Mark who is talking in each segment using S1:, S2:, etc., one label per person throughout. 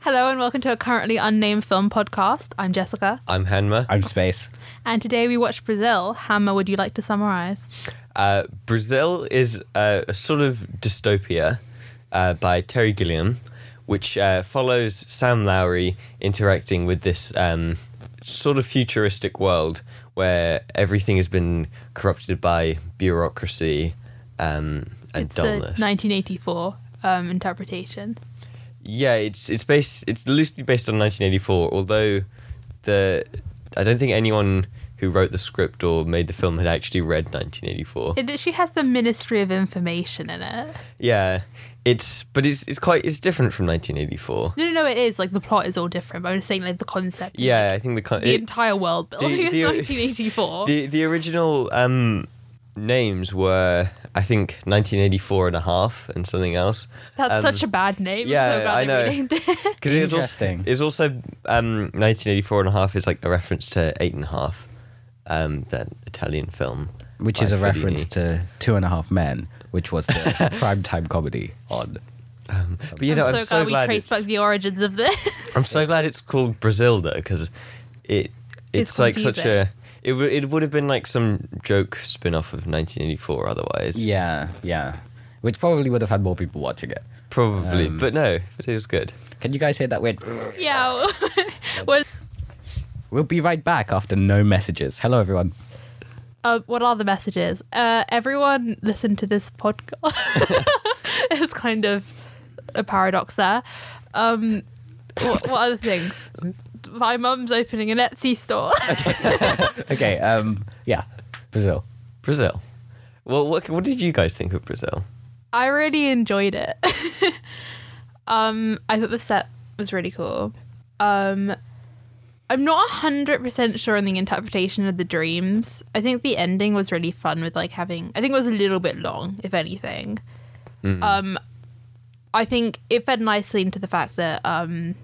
S1: Hello and welcome to a currently unnamed film podcast. I'm Jessica,
S2: I'm Hanma.
S3: I'm space.
S1: and today we watched Brazil. Hammer, would you like to summarize?
S2: Uh, Brazil is uh, a sort of dystopia uh, by Terry Gilliam, which uh, follows Sam Lowry interacting with this um, sort of futuristic world where everything has been corrupted by bureaucracy um, and
S1: it's a
S2: dullness.
S1: 1984 um, interpretation.
S2: Yeah, it's it's based it's loosely based on 1984. Although the I don't think anyone who wrote the script or made the film had actually read 1984.
S1: It literally has the Ministry of Information in it.
S2: yeah, it's but it's it's quite it's different from 1984.
S1: No, no, no, it is. Like, the plot is all different, but I'm just saying, like, the concept. and,
S2: Yeah, I think the con-
S1: like, the
S2: it-
S1: entire world building
S2: the-
S1: is
S2: the-
S1: 1984.
S2: the the original um, names were I think 1984 and a half and something else.
S1: That's
S2: um,
S1: such a bad name.
S2: yeah,
S1: I'm so glad
S2: I
S1: they
S2: know.
S1: renamed it.
S2: Because it's also,
S3: Interesting.
S2: it's also um, 1984 and a half is like a reference to eight and a half, um, that Italian film.
S3: Which
S2: by
S3: is a
S2: Fellini.
S3: reference to Two and a Half Men, which was the primetime comedy on.
S2: But you
S1: I'm
S2: know,
S1: so
S2: I'm
S1: glad
S2: so
S1: we
S2: glad.
S1: traced
S2: It's,
S1: back the origins of this.
S2: I'm so glad it's called Brazil though, because it it's,
S1: It's
S2: like such
S1: confusing.
S2: a it w- it would have been like some joke spin off of 1984 otherwise.
S3: Yeah, yeah. Which probably would have had more people watching it.
S2: probably.
S3: Um,
S2: but no, but it was good.
S3: Can you guys hear that weird?
S1: yeah. what,
S3: We'll be right back after no messages. Hello, everyone.
S1: uh, what are the messages? Uh, everyone listen to this podcast. it was kind of a paradox there. Um, what, what other things? My mum's opening an Etsy store.
S3: Okay, um, yeah, Brazil.
S2: Brazil. Well, what what did you guys think of Brazil?
S1: I really enjoyed it. um, I thought the set was really cool. Um, I'm not hundred percent sure on the interpretation of the dreams. I think the ending was really fun with like having. I think it was a little bit long, if anything. Um, I think it fed nicely into the fact that um,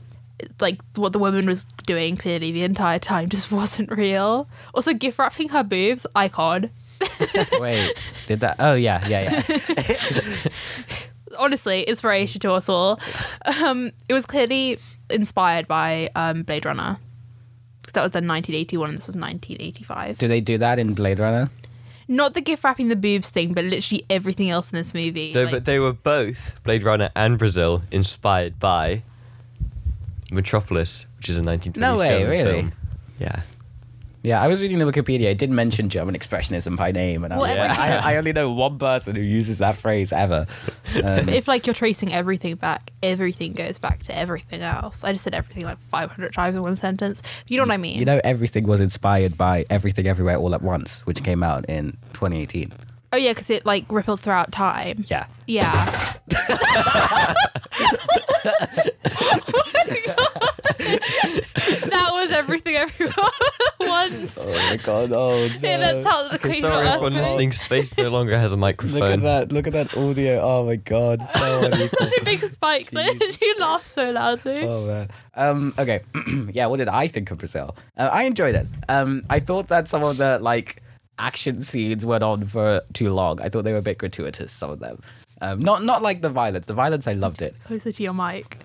S1: like what the woman was doing clearly the entire time just wasn't real. Also, gift wrapping her boobs, icon.
S3: Wait, did that? Oh, yeah, yeah, yeah.
S1: honestly, inspiration to us all. Um, it was clearly inspired by um, Blade Runner because that was done 1981 and this was 1985.
S3: Do they do that in Blade Runner?
S1: Not the gift wrapping the boobs thing, but literally everything else in this movie.
S2: They,
S1: like-
S2: but they were both Blade Runner and Brazil inspired by Metropolis, which is a 1920s
S3: No way,
S2: German
S3: really?
S2: film. Yeah.
S3: Yeah, I was reading the Wikipedia. It did mention German expressionism by name, and I was
S1: Well,
S3: like, I, I only know one person who uses that phrase ever. Um,
S1: if like you're tracing everything back, everything goes back to everything else. I just said everything like 500 times in one sentence. If you know what I mean?
S3: You know, everything was inspired by Everything Everywhere All at Once, which came out in 2018.
S1: oh yeah, because it like rippled throughout time.
S3: Yeah.
S1: Yeah. that was everything everyone once.
S3: Oh my god! Oh
S1: Yeah, that's how the Queen
S2: Sorry
S1: got
S2: for listening. Space no longer has a microphone.
S3: Look at that! Look at that audio! Oh my god! So unequal.
S1: Such a big spike there. you laugh so loudly.
S3: Oh man. Um, okay. yeah. What did I think of Brazil? Uh, I enjoyed it. Um, I thought that some of the like action scenes went on for too long. I thought they were a bit gratuitous. Some of them. Um, not not like the violence. The violence, I loved it.
S1: Closer to your mic.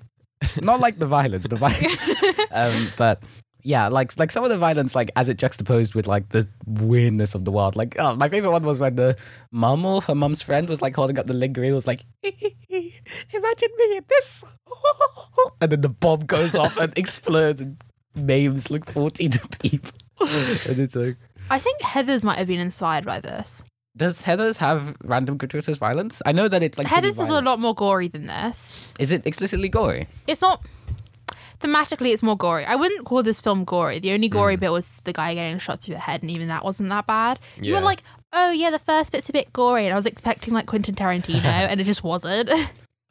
S3: not like the violence, the violence. um, but yeah, like like some of the violence, like as it juxtaposed with like the weirdness of the world. Like oh, my favorite one was when the mum or her mum's friend was like holding up the lingerie, was like, imagine me at this, and then the bomb goes off and explodes and maims like fourteen people. and it's like,
S1: I think Heather's might have been inspired by this.
S3: does Heather's have random gratuitous violence? I know that it's like pretty
S1: Heather's is a
S3: violent.
S1: lot more gory than this.
S3: Is it explicitly gory?
S1: It's not. Thematically, it's more gory. I wouldn't call this film gory. The only
S2: Mm.
S1: gory bit was the guy getting shot through the head, and even that wasn't that bad. You were
S2: Yeah.
S1: like, oh, yeah, the first bit's a bit gory, and I was expecting like Quentin Tarantino, and it just wasn't.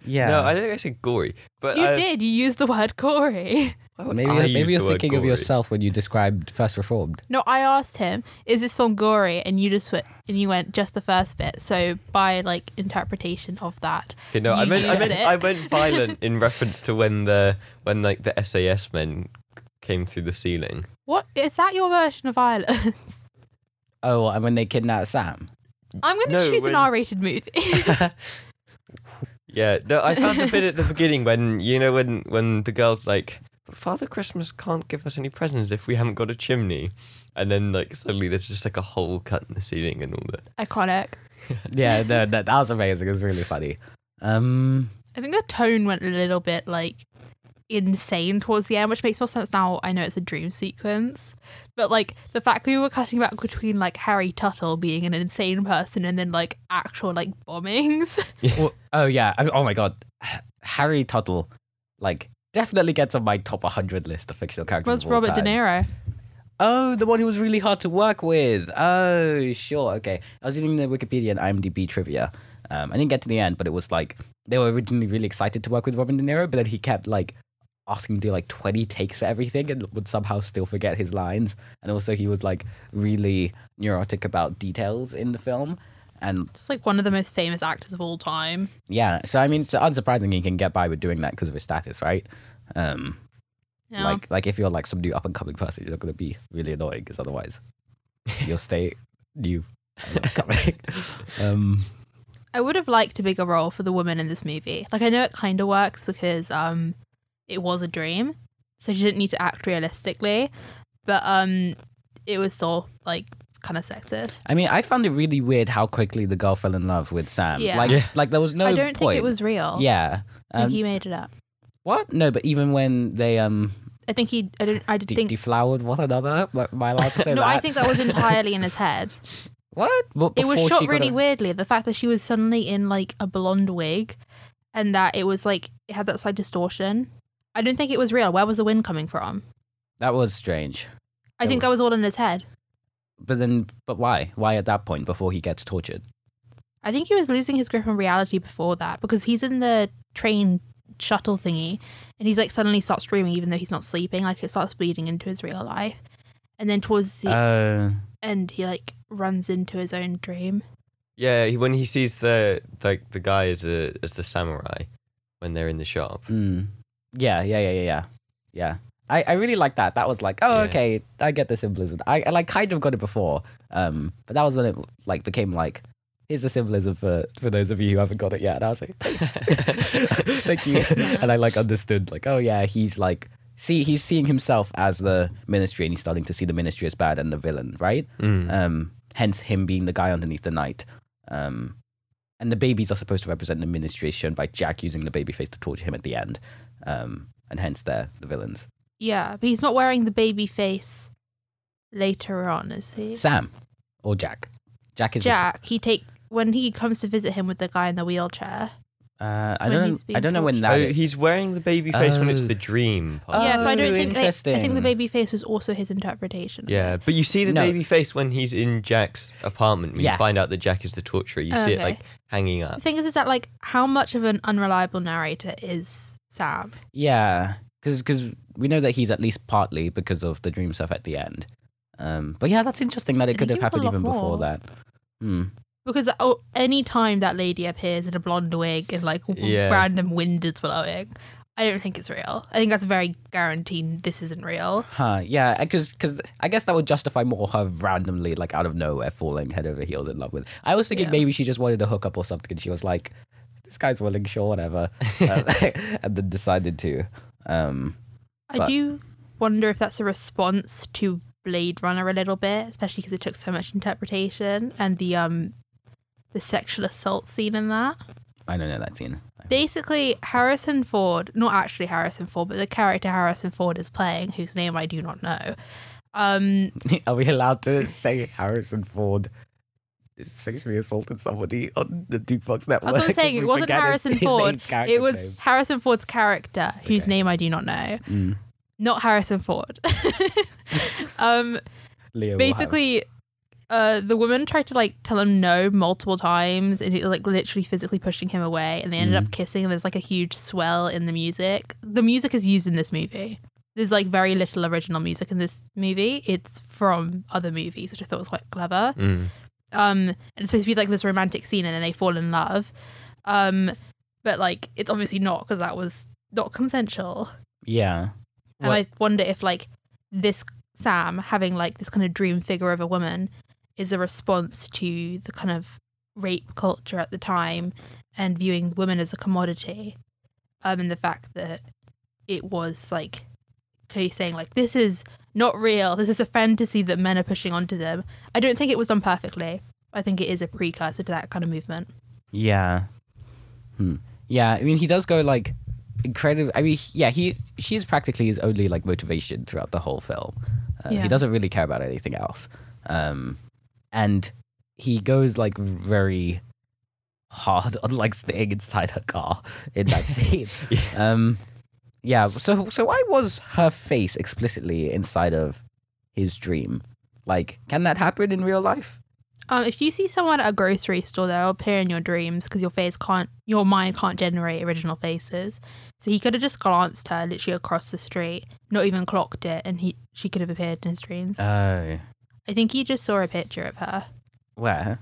S3: Yeah.
S2: No, I don't think I said gory, but
S1: you
S2: I,
S1: did. You used the word gory.
S2: why would
S3: Maybe,
S2: I use
S3: maybe you're
S2: the word
S3: thinking of
S2: gory?
S3: yourself when you described First Reformed.
S1: No, I asked him, is this film gory? And you just went, and you went just the first bit. So by like interpretation of that,
S2: Okay, no, I
S1: you
S2: meant, I
S1: used
S2: meant,
S1: it.
S2: I meant violent in reference to when the when like the SAS men came through the ceiling.
S1: what is that your version of violence?
S3: Oh, and when they kidnapped Sam.
S1: I'm going to
S2: No,
S1: choose
S2: when-
S1: an R-rated movie.
S2: Yeah, no, I found the bit at the beginning when you know when when the girl's like, "But Father Christmas can't give us any presents if we haven't got a chimney," and then like suddenly there's just like a hole cut in the ceiling and all that.
S1: Iconic.
S3: yeah, no, that, that was amazing. It was really funny. Um,
S1: I think the tone went a little bit like insane towards the end, which makes more sense now. I know it's a dream sequence, but like the fact we were cutting back between like Harry Tuttle being an insane person and then like actual like bombings.
S3: well, oh yeah. I- Oh my god, Harry Tuttle, like definitely gets on my top 100 list of fictional characters.
S1: was
S3: of all
S1: Robert De
S3: time.
S1: Niro.
S3: Oh, the one who was really hard to work with. Oh, sure. Okay. I was reading the Wikipedia and IMDb trivia. Um, I didn't get to the end, but it was like they were originally really excited to work with Robin De Niro, but then he kept like asking to do like 20 takes for everything and would somehow still forget his lines. And also, he was like really neurotic about details in the film. And
S1: Just like one of the most famous actors of all time.
S3: yeah, so I mean, so unsurprisingly, he can get by with doing that because of his status, right? Um,
S1: Yeah.
S3: Like, like if you're like some new up and coming person, you're gonna be really annoying because otherwise, you'll stay new. and upcoming. um,
S1: I would have liked a bigger role for the woman in this movie. Like I know it kind of works because um it was a dream, so she didn't need to act realistically, but um it was still like kind of sexist.
S3: I mean, I found it really weird how quickly the girl fell in love with Sam.
S1: Yeah.
S3: Like,
S2: Yeah.
S3: like there was no.
S1: I don't think
S3: point.
S1: it was real.
S3: Yeah.
S1: I think
S3: Um,
S1: he made it up.
S3: what? No, but even when they um
S1: I think he. I don't. I did
S3: de-
S1: think.
S3: deflowered one another, am I allowed to say
S1: no,
S3: that?
S1: I think that was entirely in his head.
S3: what? But
S1: It was
S3: before
S1: shot
S3: she got
S1: really
S3: a-
S1: weirdly. The fact that she was suddenly in like a blonde wig, and that it was like it had that slight distortion. I don't think it was real. Where was the wind coming from?
S3: That was strange.
S1: I
S3: It
S1: think
S3: was-
S1: that was all in his head.
S3: But then, but why? Why at that point before he gets tortured?
S1: I think he was losing his grip on reality before that because he's in the train shuttle thingy and he's like suddenly starts dreaming even though he's not sleeping. Like it starts bleeding into his real life. And then towards the
S3: Uh,
S1: end, he like runs into his own dream.
S2: Yeah, he, when he sees the like the guy as a as the samurai when they're in the shop.
S3: Mm. Yeah, yeah, yeah, yeah, yeah. Yeah. I, I really like that. That was like, oh,
S2: Yeah.
S3: okay, I get the symbolism. I, I like kind of got it before, um, but that was when it like became like, here's the symbolism for for those of you who haven't got it yet. And I was like, thanks, thank you. And I like understood like, oh yeah, he's like, see, he's seeing himself as the ministry, and he's starting to see the ministry as bad and the villain, right?
S1: Uh,
S2: Mm.
S3: Um, hence him being the guy underneath the knight. Um, and the babies are supposed to represent the ministry shown by Jack using the baby face to torture him at the end. Um, and hence they're the villains.
S1: Yeah, but he's not wearing the baby face later on, is he?
S3: Sam or Jack. Jack is the-
S1: Jack, he take when he comes to visit him with the guy in the wheelchair.
S3: uh, I
S1: When
S3: don't.
S1: he's
S3: I
S1: being
S3: don't know when
S2: Oh,
S3: that. is.
S2: he's wearing the baby face when it's
S3: Oh.
S2: the dream. Part.
S1: yeah, so I
S3: Oh,
S1: don't think like, I think the
S3: interesting.
S1: baby face was also his interpretation. of it.
S2: Yeah, but you see the
S3: No.
S2: baby face when he's in Jack's apartment. When
S3: Yeah.
S2: You find out that Jack is the torturer. You
S1: Oh,
S2: see it
S1: okay.
S2: like hanging
S1: The
S2: up.
S1: thing is, is that like how much of an unreliable narrator is Sam?
S3: Yeah, because we know that he's at least partly because of the dream stuff at the end. Um, but yeah, that's interesting that
S1: I
S3: it could have
S1: think it was a
S3: happened
S1: lot
S3: even
S1: more.
S3: before that. Hmm.
S1: Because oh, any time that lady appears in a blonde wig and like w-
S2: Yeah.
S1: random wind is blowing, I don't think it's real. I think that's very guaranteed. This isn't real.
S3: Huh, yeah, because I guess that would justify more her randomly, like out of nowhere, falling head over heels in love with. I was thinking
S1: Yeah.
S3: maybe she just wanted to hook up or something, and she was like, "This guy's willing, sure, whatever," um, and then decided to. Um,
S1: I
S3: But-
S1: do wonder if that's a response to Blade Runner a little bit, especially because it took so much interpretation and the um the sexual assault scene in that.
S3: I don't know that scene.
S1: Basically, Harrison Ford, not actually Harrison Ford, but the character Harrison Ford is playing, whose name I do not know. Um,
S3: Are we allowed to say Harrison Ford sexually assaulted somebody on the Dukebox network?
S1: That's what I'm saying.
S3: We
S1: It wasn't
S3: forget his-
S1: Harrison
S3: his
S1: Ford.
S3: name's
S1: It
S3: character's
S1: was
S3: name.
S1: Harrison Ford's character, whose
S3: Okay.
S1: name I do not know.
S3: Mm,
S1: Not Harrison Ford. um,
S3: Leo. will have-
S1: basically, uh, the woman tried to like tell him no multiple times, and it was like literally physically pushing him away. And they ended up kissing. And there's like a huge swell in the music. The music is used in this movie. There's like very little original music in this movie. It's from other movies, which I thought was quite clever
S2: Mm.
S1: um and it's supposed to be like this romantic scene and then they fall in love um but like it's obviously not because that was not consensual
S3: yeah.
S1: and
S3: What-
S1: i wonder if like this sam having like this kind of dream figure of a woman is a response to the kind of rape culture at the time and viewing women as a commodity, um, and the fact that it was like clearly saying like this is not real, this is a fantasy that men are pushing onto them. I don't think it was done perfectly. I think it is a precursor to that kind of movement.
S3: Yeah. Hmm. Yeah, I mean, he does go like incredible. I mean, yeah, he she's practically his only like motivation throughout the whole film. Uh,
S1: Yeah.
S3: He doesn't really care about anything else, um, and he goes like very hard on like staying inside her car in that scene. Um, yeah. So so why was her face explicitly inside of his dream? Like, can that happen in real life?
S1: Um, if you see someone at a grocery store, they'll appear in your dreams because your face can't, your mind can't generate original faces. So he could have just glanced her literally across the street, not even clocked it, and he she could have appeared in his dreams.
S3: Oh,
S1: I think he just saw a picture of her.
S3: where?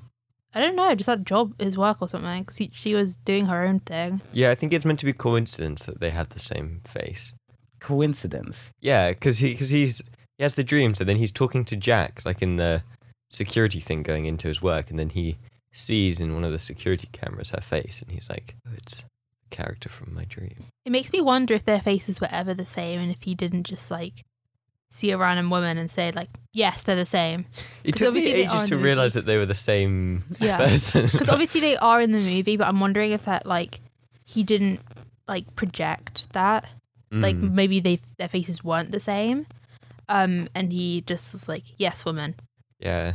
S1: I don't know, just that job, his work or something, because she was doing her own thing.
S2: Yeah, I think it's meant to be coincidence that they had the same face.
S3: Coincidence.
S2: Yeah, because he because he's he has the dreams and then he's talking to Jack like in the security thing going into his work and then he sees in one of the security cameras her face and he's like, oh, it's a character from my dream.
S1: It makes me wonder if their faces were ever the same, and if he didn't just like see a random woman and say like, yes, they're the same.
S2: It
S1: 'Cause
S2: took me
S1: obviously they
S2: ages
S1: are
S2: to
S1: in the-
S2: realize that they were the same
S1: Yeah.
S2: person.
S1: because obviously they are in the movie, but I'm wondering if that like he didn't like project that. It's Like
S2: Mm.
S1: maybe they their faces weren't the same, um, and he just was like, "Yes, woman."
S2: yeah,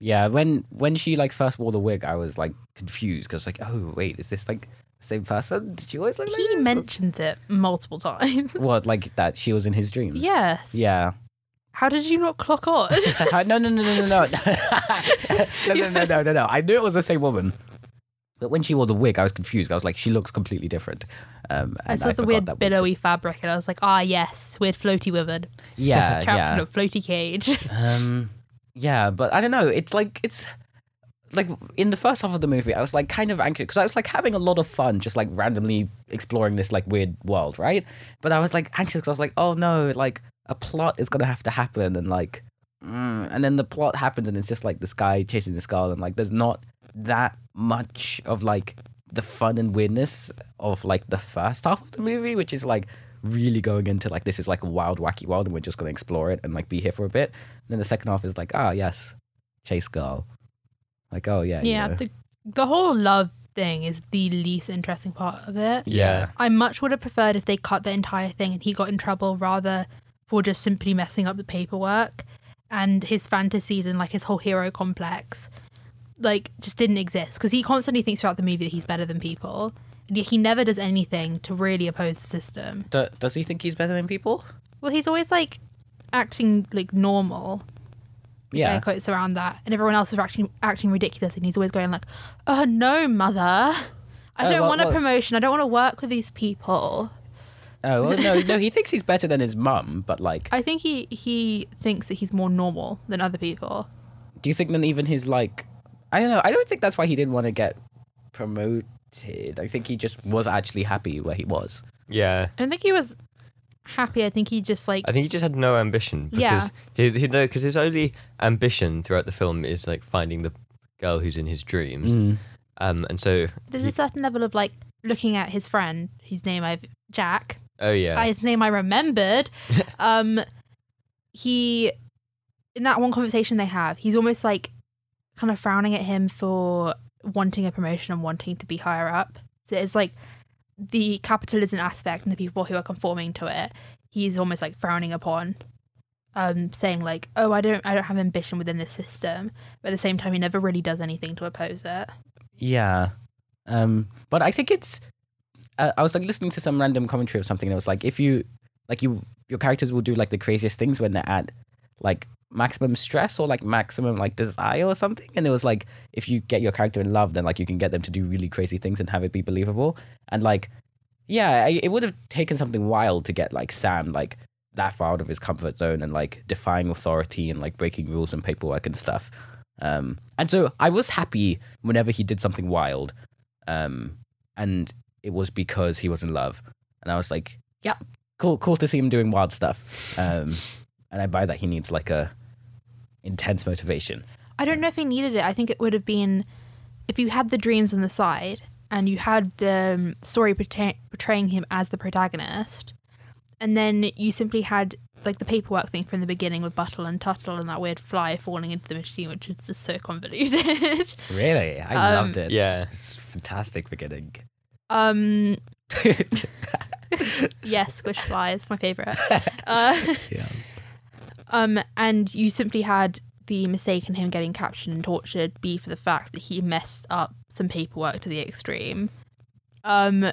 S3: Yeah, when when she like first wore the wig, I was like confused because like, oh wait, is this like the same person? Did she always look like
S1: He
S3: this?
S1: mentions it multiple times.
S3: what like that she was in his dreams.
S1: Yes.
S3: Yeah. Uh,
S1: How did you not clock on?
S3: no, no, no, no, no, no, no, no, no, no, no, no. I knew it was the same woman, but when she wore the wig, I was confused. I was like, she looks completely diffent. Um,
S1: I
S3: and
S1: saw the
S3: forgot
S1: weird
S3: that was-
S1: billowy fabric, and I was like, "Ah, yes, weird floaty woman
S3: Yeah,
S1: trapped in
S3: Uh, yeah.
S1: a floaty cage."
S3: Um, yeah, but I don't know. It's like it's like in the first half of the movie, I was like kind of anxious because I was like having a lot of fun, just like randomly exploring this like weird world, right? But I was like anxious because I was like, oh no, like a plot is gonna have to happen, and like, mm, and then the plot happens, and it's just like this guy chasing this girl, and like there's not that much of like the fun and weirdness of like the first half of the movie, which is like really going into like this is like a wild, wacky world, and we're just gonna explore it and like be here for a bit. And then the second half is like, ah, yes, chase girl. Like, oh yeah, you
S1: yeah,
S3: know.
S1: the, the whole love thing is the least interesting part of it.
S2: yeah,
S1: I much would have preferred if they cut the entire thing and he got in trouble rather for just simply messing up the paperwork and his fantasies and like his whole hero complex like just didn't exist because he constantly thinks throughout the movie that he's better than people and yet he never does anything to really oppose the system.
S3: Do- does he think he's better than people?
S1: Well, he's always like acting like normal
S3: Yeah.
S1: air quotes around that, and everyone else is acting acting ridiculous, and he's always going like, "Oh no, mother." I
S3: Oh,
S1: don't
S3: well-
S1: want a
S3: well-
S1: promotion. I don't want to work with these people.
S3: Oh well, no, no. He thinks he's better than his mum, but like,
S1: I think he he thinks that he's more normal than other people.
S3: do you think then even his like, I don't know. I don't think that's why he didn't want to get promoted. I think he just was actually happy where he was.
S2: yeah.
S1: I don't think he was happy. I think he just like
S2: I think he just had no ambition because he, he no because his only ambition throughout the film is like finding the girl who's in his dreams. Um, and so
S1: Mm. there's a certain level of like looking at his friend whose name I've Jack.
S2: oh yeah,
S1: by his name I remembered. um, he, in that one conversation they have, he's almost like kind of frowning at him for wanting a promotion and wanting to be higher up. So it's like the capitalism aspect and the people who are conforming to it, he's almost like frowning upon. Um, saying like, "Oh, I don't, I don't have ambition within this system," but at the same time, he never really does anything to oppose it.
S3: Yeah. Um, but I think it's. Uh, I was like listening to some random commentary of something, and it was like, if you, like you, your characters will do like the craziest things when they're at, like maximum stress or like maximum like desire or something. And it was like, if you get your character in love, then like you can get them to do really crazy things and have it be believable. And like, yeah, I, it would have taken something wild to get like Sam like that far out of his comfort zone and like defying authority and like breaking rules and paperwork and stuff. Um, and so I was happy whenever he did something wild, um, and it was because he was in love, and I was like, yeah, cool, cool to see him doing wild stuff. Um, and I buy that he needs like a intense motivation.
S1: I don't know if he needed it. I think it would have been if you had the dreams on the side and you had the um, story portray- portraying him as the protagonist, and then you simply had like the paperwork thing from the beginning with Buttle and Tuttle and that weird fly falling into the machine, which is just so convoluted.
S3: Really? I
S1: Um,
S3: loved it.
S2: Yeah.
S3: It's fantastic beginning.
S1: um, yes, squish fly is my favorite. Uh,
S3: yeah.
S1: Um, and you simply had the mistake in him getting captured and tortured be for the fact that he messed up some paperwork to the extreme. Um,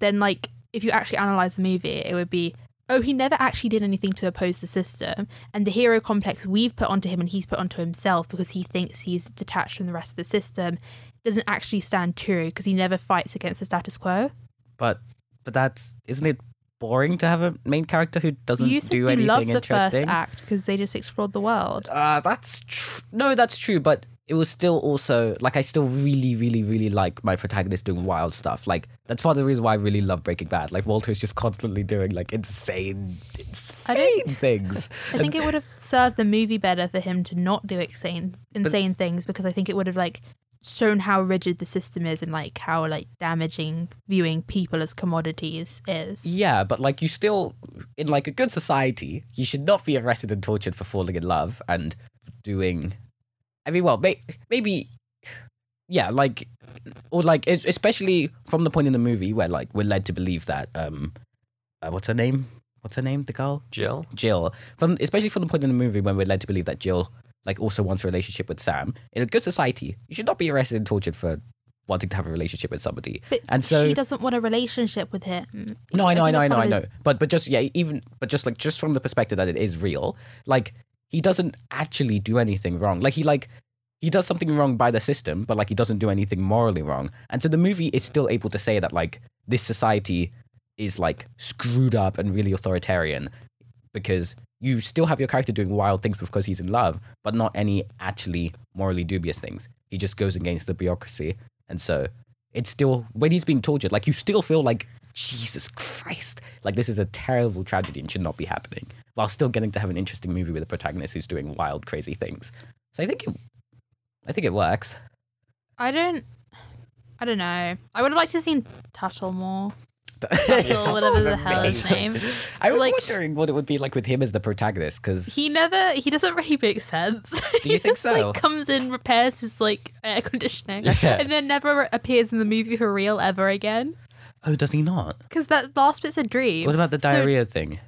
S1: then like if you actually analyze the movie, it would be oh he never actually did anything to oppose the system, and the hero complex we've put onto him and he's put onto himself because he thinks he's detached from the rest of the system doesn't actually stand true because he never fights against the status quo.
S3: But but that's isn't it boring to have a main character who doesn't
S1: you said
S3: Mm, do
S1: you
S3: anything
S1: love the first
S3: interesting?
S1: act because they just explored the world.
S3: Uh, that's tr- no, that's true. But it was still also like I still really, really, really like my protagonist doing wild stuff. Like that's part of the reason why I really love Breaking Bad. Like Walter is just constantly doing like insane, insane things.
S1: I think it would have served the movie better for him to not do insane insane things because I think it would have like shown how rigid the system is and like how like damaging viewing people as commodities is.
S3: Yeah, but like you still in like a good society, you should not be arrested and tortured for falling in love and doing. I mean, well, may- maybe, yeah, like or like es- especially from the point in the movie where like we're led to believe that um, uh, what's her name? What's her name? The girl.
S2: Jill?
S3: Jill, from especially from the point in the movie when we're led to believe that Jill like also wants a relationship with Sam. In a good society, you should not be arrested and tortured for wanting to have a relationship with somebody.
S1: But
S3: and so
S1: she doesn't want a relationship with him.
S3: no, I know, I know, I
S1: think
S3: know, I
S1: that's
S3: know. But but just yeah, even but just like just from the perspective that it is real, like he doesn't actually do anything wrong. Like he like he does something wrong by the system, but like he doesn't do anything morally wrong. And so the movie is still able to say that like this society is like screwed up and really authoritarian because you still have your character doing wild things because he's in love, but not any actually morally dubious things. He just goes against the bureaucracy. And so it's still, when he's being tortured, like you still feel like, Jesus Christ, like this is a terrible tragedy and should not be happening, while still getting to have an interesting movie with a protagonist who's doing wild, crazy things. So I think it, I think it works.
S1: I don't I don't know. I would have liked to have seen Tuttle more.
S3: Tuttle
S1: whatever
S3: was
S1: the hell his
S3: amazing.
S1: name.
S3: I was
S1: Like-
S3: wondering what it would be like with him as the protagonist, because
S1: He never he doesn't really make sense.
S3: Do you
S1: He
S3: think
S1: just,
S3: so?
S1: Like comes in, repairs his like air conditioning
S2: Yeah.
S1: and then never appears in the movie for real ever again.
S3: oh, does he not?
S1: Because that last bit's a dream.
S3: What about the
S1: So-
S3: diarrhea thing?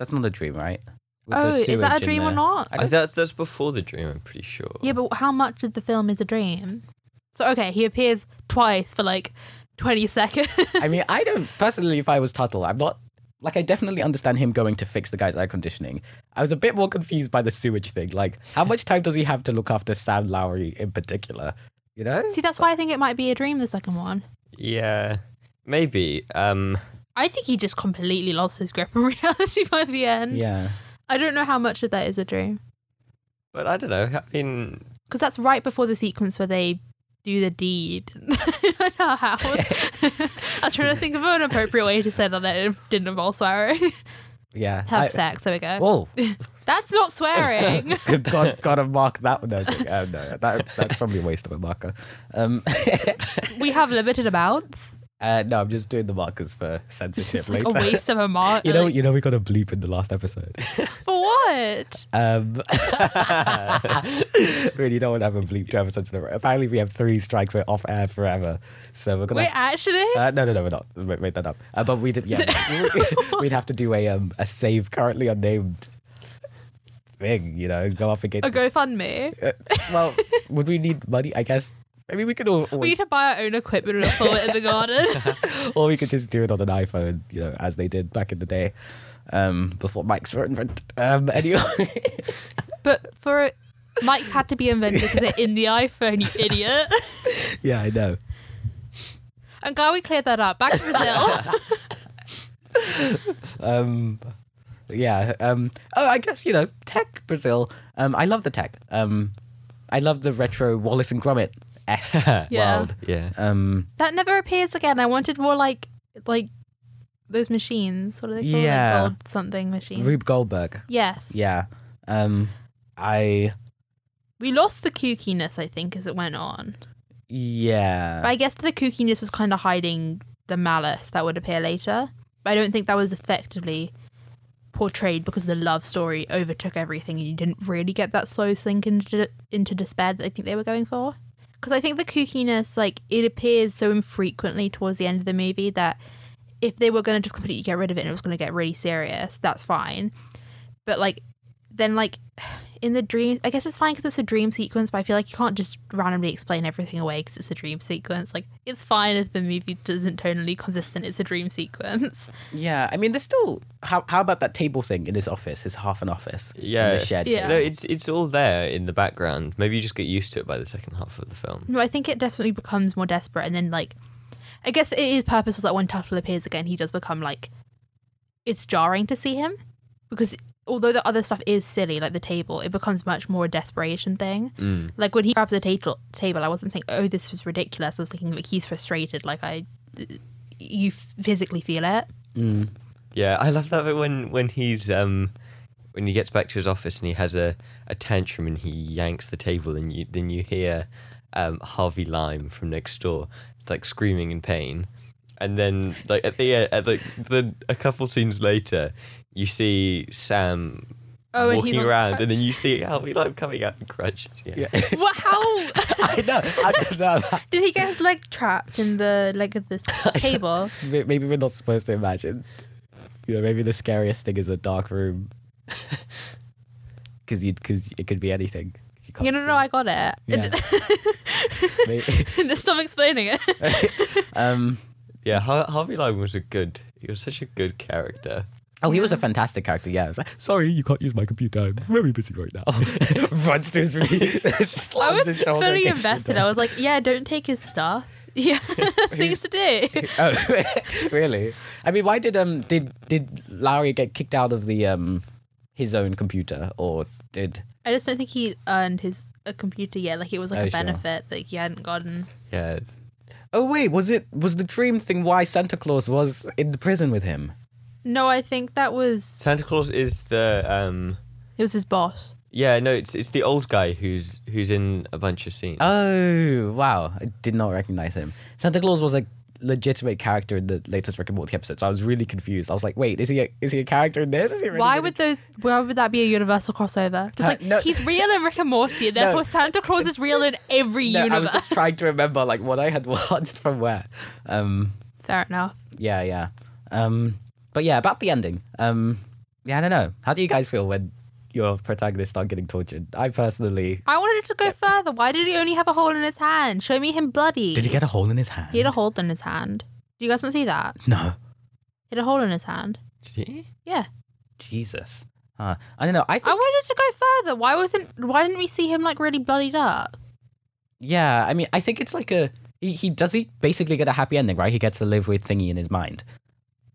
S3: That's not a dream, right? With the
S1: Oh, is that a
S3: sewage in
S1: dream or
S3: there.
S1: not?
S3: I
S2: I
S3: don't-
S2: that's that's before the dream, I'm pretty sure.
S1: Yeah, but how much of the film is a dream? So okay, he appears twice for like twenty seconds.
S3: I mean, I don't personally. If I was Tuttle, I'm not like I definitely understand him going to fix the guy's air conditioning. I was a bit more confused by the sewage thing. Like, how much time does he have to look after Sam Lowry in particular? You know?
S1: See, that's why I think it might be a dream. The second one,
S2: Yeah. Maybe. Um
S1: I think he just completely lost his grip on reality by the end.
S3: Yeah.
S1: I don't know how much of that is a dream
S2: but I don't know. I mean
S1: because that's right before the sequence where they do the deed in our house. I was trying to think of an appropriate way to say that that didn't involve swearing.
S3: Yeah.
S1: Have
S3: I-
S1: sex. There we go.
S3: Whoa.
S1: That's not swearing.
S3: Got, gotta mark that one. No, oh, no that, that's probably a waste of a marker. Um,
S1: we have limited amounts.
S3: uh, no, I'm just doing the markers for
S1: It's
S3: censorship
S1: just like
S3: later.
S1: a waste of a mark.
S3: you know,
S1: like,
S3: you know, we got a bleep in the last episode.
S1: for what?
S3: Um, really don't want to have a bleep two episodes in a row. Apparently, we have three strikes. We're off air forever. So we're gonna.
S1: Wait, actually,
S3: uh, no, no, no, we're not. We made that up. Uh, but we did. Yeah, we'd have to do a um, a save currently unnamed thing. You know, go up against.
S1: a GoFundMe.
S3: Uh, well, would we need money? I guess. I mean, we could all,
S1: We need to buy our own equipment and install it in the garden.
S3: or we could just do it on an iPhone. You know, as they did back in the day, um, before mics were invented. Um, anyway.
S1: But for it, mics had to be invented because they're in the iPhone, you idiot.
S3: yeah, I know.
S1: I'm glad we cleared that up. Back to Brazil.
S3: um yeah um oh i guess you know tech brazil um i love the tech um i love the retro wallace and gromit esque
S1: Yeah.
S3: world
S2: Yeah.
S3: um
S1: that never appears again. I wanted more like like those machines. What are they called? Like
S3: Yeah.
S1: gold something machines.
S3: rube goldberg
S1: yes.
S3: yeah um i
S1: We lost the kookiness, I think, as it went on.
S3: Yeah.
S1: But I guess the kookiness was kind of hiding the malice that would appear later. But I don't think that was effectively portrayed because the love story overtook everything and you didn't really get that slow sink into, into despair that I think they were going for. Because I think the kookiness, like, it appears so infrequently towards the end of the movie that if they were going to just completely get rid of it and it was going to get really serious, that's fine. But, like, then, like, in the dreams, I guess it's fine because it's a dream sequence, but I feel like you can't just randomly explain everything away because it's a dream sequence. Like, it's fine if the movie isn't tonally consistent, it's a dream sequence.
S3: Yeah, I mean, there's still how how about that table thing in his office? His half an office. and
S2: Yeah.
S3: the shared
S1: Yeah.
S2: No,
S3: table.
S2: it's it's all there in the background. Maybe you just get used to it by the second half of the film.
S1: No, I think it definitely becomes more desperate, and then like, I guess it is purposeful that when Tuttle appears again, he does become like, it's jarring to see him, because although the other stuff is silly, like the table, it becomes much more a desperation thing. Like when he grabs the table, table, I wasn't thinking, oh, this was ridiculous. I was thinking like he's frustrated, like I, you physically feel it.
S2: Yeah, I love that bit when when he's um when he gets back to his office and he has a, a tantrum and he yanks the table and you then you hear um, Harvey Lime from next door like screaming in pain, and then like at the uh, at the, the a couple scenes later you see Sam.
S1: Oh, and he's
S2: walking
S1: on the
S2: around, and then
S1: crutch.
S2: you see Harvey Lime coming out in crutches. Yeah.
S1: What? How
S3: I know. I don't know.
S1: did he get his leg trapped in the leg of the table?
S3: May- Maybe we're not supposed to imagine. You know, maybe the scariest thing is a dark room. Because you, because it could be anything. 'Cause You can't
S1: You know, no, I got it.
S3: see. Yeah.
S1: Just stop explaining it.
S3: Maybe- um,
S2: Yeah, Har- Harvey Lime was a good. He was such a good character.
S3: oh, he was a fantastic character. Yeah. It was like, Sorry, you can't use my computer. I'm very busy right now. Runs to his
S1: I
S3: slams his
S1: was
S3: shoulder.
S1: fully
S3: against the
S1: invested. I was like, yeah, don't take his stuff. Yeah, things to do.
S3: oh, really? I mean, why did um did did Lowry get kicked out of the um his own computer or did
S1: I just don't think he earned his a computer yet. Like it was like
S3: Oh,
S1: a
S3: sure.
S1: benefit that he hadn't gotten.
S2: Yeah,
S3: Oh wait, was it was the dream thing why Santa Claus was in the prison with him?
S1: No, I think that was
S2: Santa Claus is the um.
S1: it was his boss.
S2: Yeah, no, it's it's the old guy who's who's in a bunch of scenes.
S3: Oh wow, I did not recognize him. Santa Claus was a legitimate character in the latest Rick and Morty episode, so I was really confused. I was like, wait, is he a, is he a character in this? Is he really
S1: Why
S3: gonna-
S1: would those? Why would that be a universal crossover? Just
S3: Uh,
S1: like
S3: no.
S1: he's real in Rick and Morty, and therefore Santa Claus is real in every
S3: no, I was
S1: universe.
S3: just trying to remember like what I had watched from where. Um,
S1: Fair enough.
S3: yeah, yeah. Um, but yeah, about the ending. Um, yeah, I don't know. How do you guys feel when your protagonists start getting tortured? I personally,
S1: I wanted it to go further. Why did he only have a hole in his hand? Show me him bloody.
S3: did he get a hole in his hand?
S1: He had a hole in his hand. Do you guys want to see that?
S3: no.
S1: He had a hole in his hand.
S2: See?
S1: Yeah.
S3: Jesus. Uh, I don't know. I
S1: I
S3: think.
S1: wanted to go further. Why wasn't? Why didn't we see him like really bloodied up?
S3: yeah. I mean, I think it's like a. He, he does he basically get a happy ending, right? He gets to live with thingy in his mind.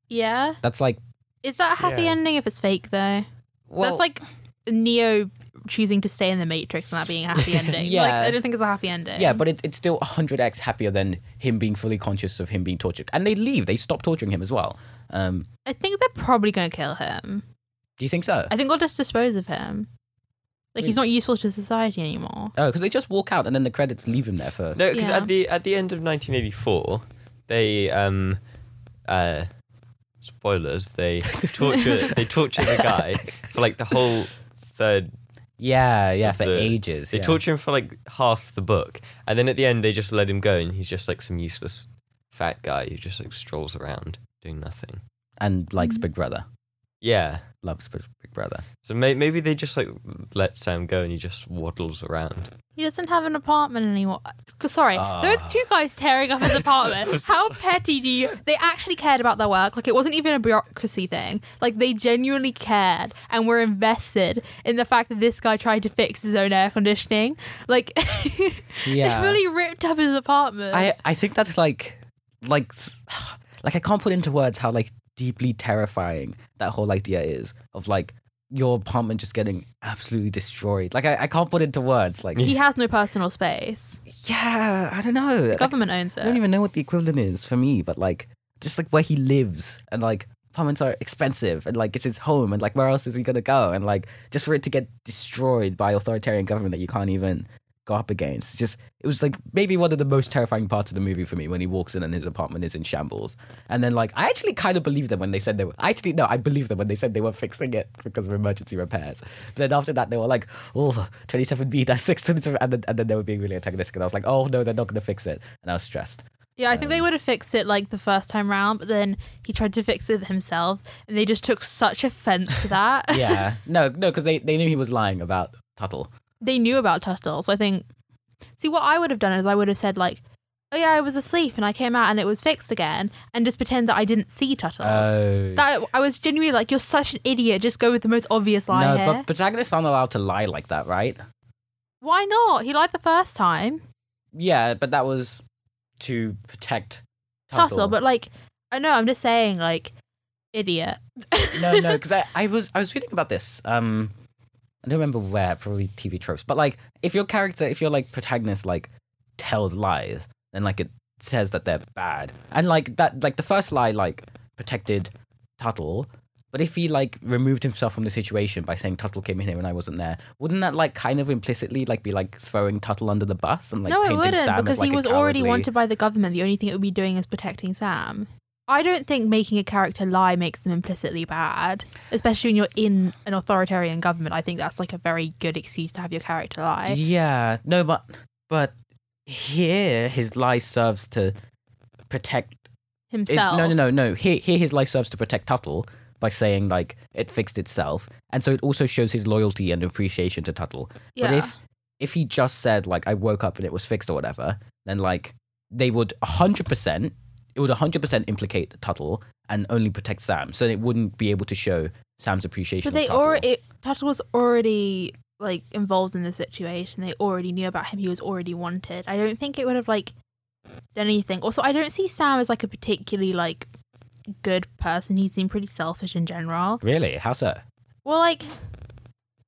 S1: Yeah,
S3: That's like.
S1: is that a happy
S2: Yeah.
S1: ending if it's fake though?
S3: Well,
S1: That's like Neo choosing to stay in the Matrix and that being a happy ending.
S3: Yeah.
S1: like, I don't think it's a happy ending.
S3: Yeah, but it, it's still 100x happier than him being fully conscious of him being tortured. And they leave. They stop torturing him as well. Um,
S1: I think they're probably gonna kill him.
S3: do you think so?
S1: I think they'll just dispose of him. Like he's not useful to society anymore.
S3: Oh, because they just walk out and then the credits leave him there for.
S2: No, because
S1: Yeah.
S2: at the at the end of 1984, they um, uh, spoilers they torture they torture the guy for like the whole third.
S3: Yeah, yeah,
S2: of
S3: for
S2: the-
S3: ages.
S2: They
S3: yeah.
S2: torture him for like half the book, and then at the end they just let him go, and he's just like some useless fat guy who just like strolls around doing nothing.
S3: And
S1: Mm.
S3: likes Big Brother.
S2: Yeah.
S3: Loves Big Big Brother.
S2: So may- maybe they just like let Sam go, and he just waddles around.
S1: He doesn't have an apartment anymore. Sorry,
S3: Ah.
S1: those two guys tearing up his apartment. How petty do you? They actually cared about their work. Like it wasn't even a bureaucracy thing. Like they genuinely cared and were invested in the fact that this guy tried to fix his own air conditioning. Like
S3: Yeah.
S1: they really ripped up his apartment.
S3: I I think that's like like s- like I can't put into words how like deeply terrifying that whole idea is of like your apartment just getting absolutely destroyed. Like I, I can't put into words. Like
S1: he has no personal space.
S3: yeah, I don't know. Like,
S1: Government owns
S3: I don't
S1: it.
S3: even know what the equivalent is for me, but like just like where he lives and like apartments are expensive and like it's his home and like where else is he gonna go and like just for it to get destroyed by authoritarian government that you can't even go up against. It's just it was like maybe one of the most terrifying parts of the movie for me when he walks in and his apartment is in shambles. And then like I actually kind of believed them when they said they were I actually no, I believed them when they said they were fixing it because of emergency repairs. But then after that they were like, oh, 27B dash six, 27 and then, and then they were being really antagonistic and I was like, oh no, they're not gonna fix it. And I was stressed.
S1: Yeah, I think they would have fixed it like the first time round, but then he tried to fix it himself, and they just took such offense to that.
S3: Yeah. no, no, because they, they knew he was lying about Tuttle.
S1: they knew about Tuttle, so I think. See, what I would have done is I would have said like, "Oh yeah, I was asleep and I came out and it was fixed again," and just pretend that I didn't see Tuttle.
S3: Oh
S1: that I was genuinely like, "You're such an idiot." Just go with the most obvious lie
S3: no,
S1: here.
S3: but protagonists aren't allowed to lie like that, right?
S1: Why not? He lied the first time,
S3: Yeah, but that was to protect Tuttle.
S1: Tuttle. But like, I know. I'm just saying, like, idiot.
S3: no, no, because I, I was I was reading about this. Um, I don't remember where, probably TV tropes. But like, if your character, if your like protagonist, like tells lies, then like it says that they're bad. And like that, like the first lie, like protected Tuttle. But if he like removed himself from the situation by saying Tuttle came in here and I wasn't there, wouldn't that like kind of implicitly like be like throwing Tuttle under the bus and like
S1: no, it
S3: painting
S1: wouldn't
S3: Sam as
S1: because
S3: like
S1: he
S3: a
S1: was already
S3: cowardly-
S1: wanted by the government. The only thing it would be doing is protecting Sam. I don't think making a character lie makes them implicitly bad, especially when you're in an authoritarian government. I think that's like a very good excuse to have your character lie.
S3: Yeah, no, but but here his lie serves to protect. Is,
S1: himself.
S3: no, no, no, no. Here, here his lie serves to protect Tuttle by saying like it fixed itself, and so it also shows his loyalty and appreciation to Tuttle. But
S1: Yeah.
S3: if if he just said like I woke up and it was fixed or whatever, then like they would hundred percent. It would hundred percent implicate Tuttle and only protect Sam, so it wouldn't be able to show Sam's appreciation.
S1: but they
S3: of Tuttle.
S1: already Tuttle was already like involved in the situation. They already knew about him. He was already wanted. I don't think it would have like done anything. Also, I don't see Sam as like a particularly like good person. He seemed pretty selfish in general.
S3: really? How so?
S1: Well, like,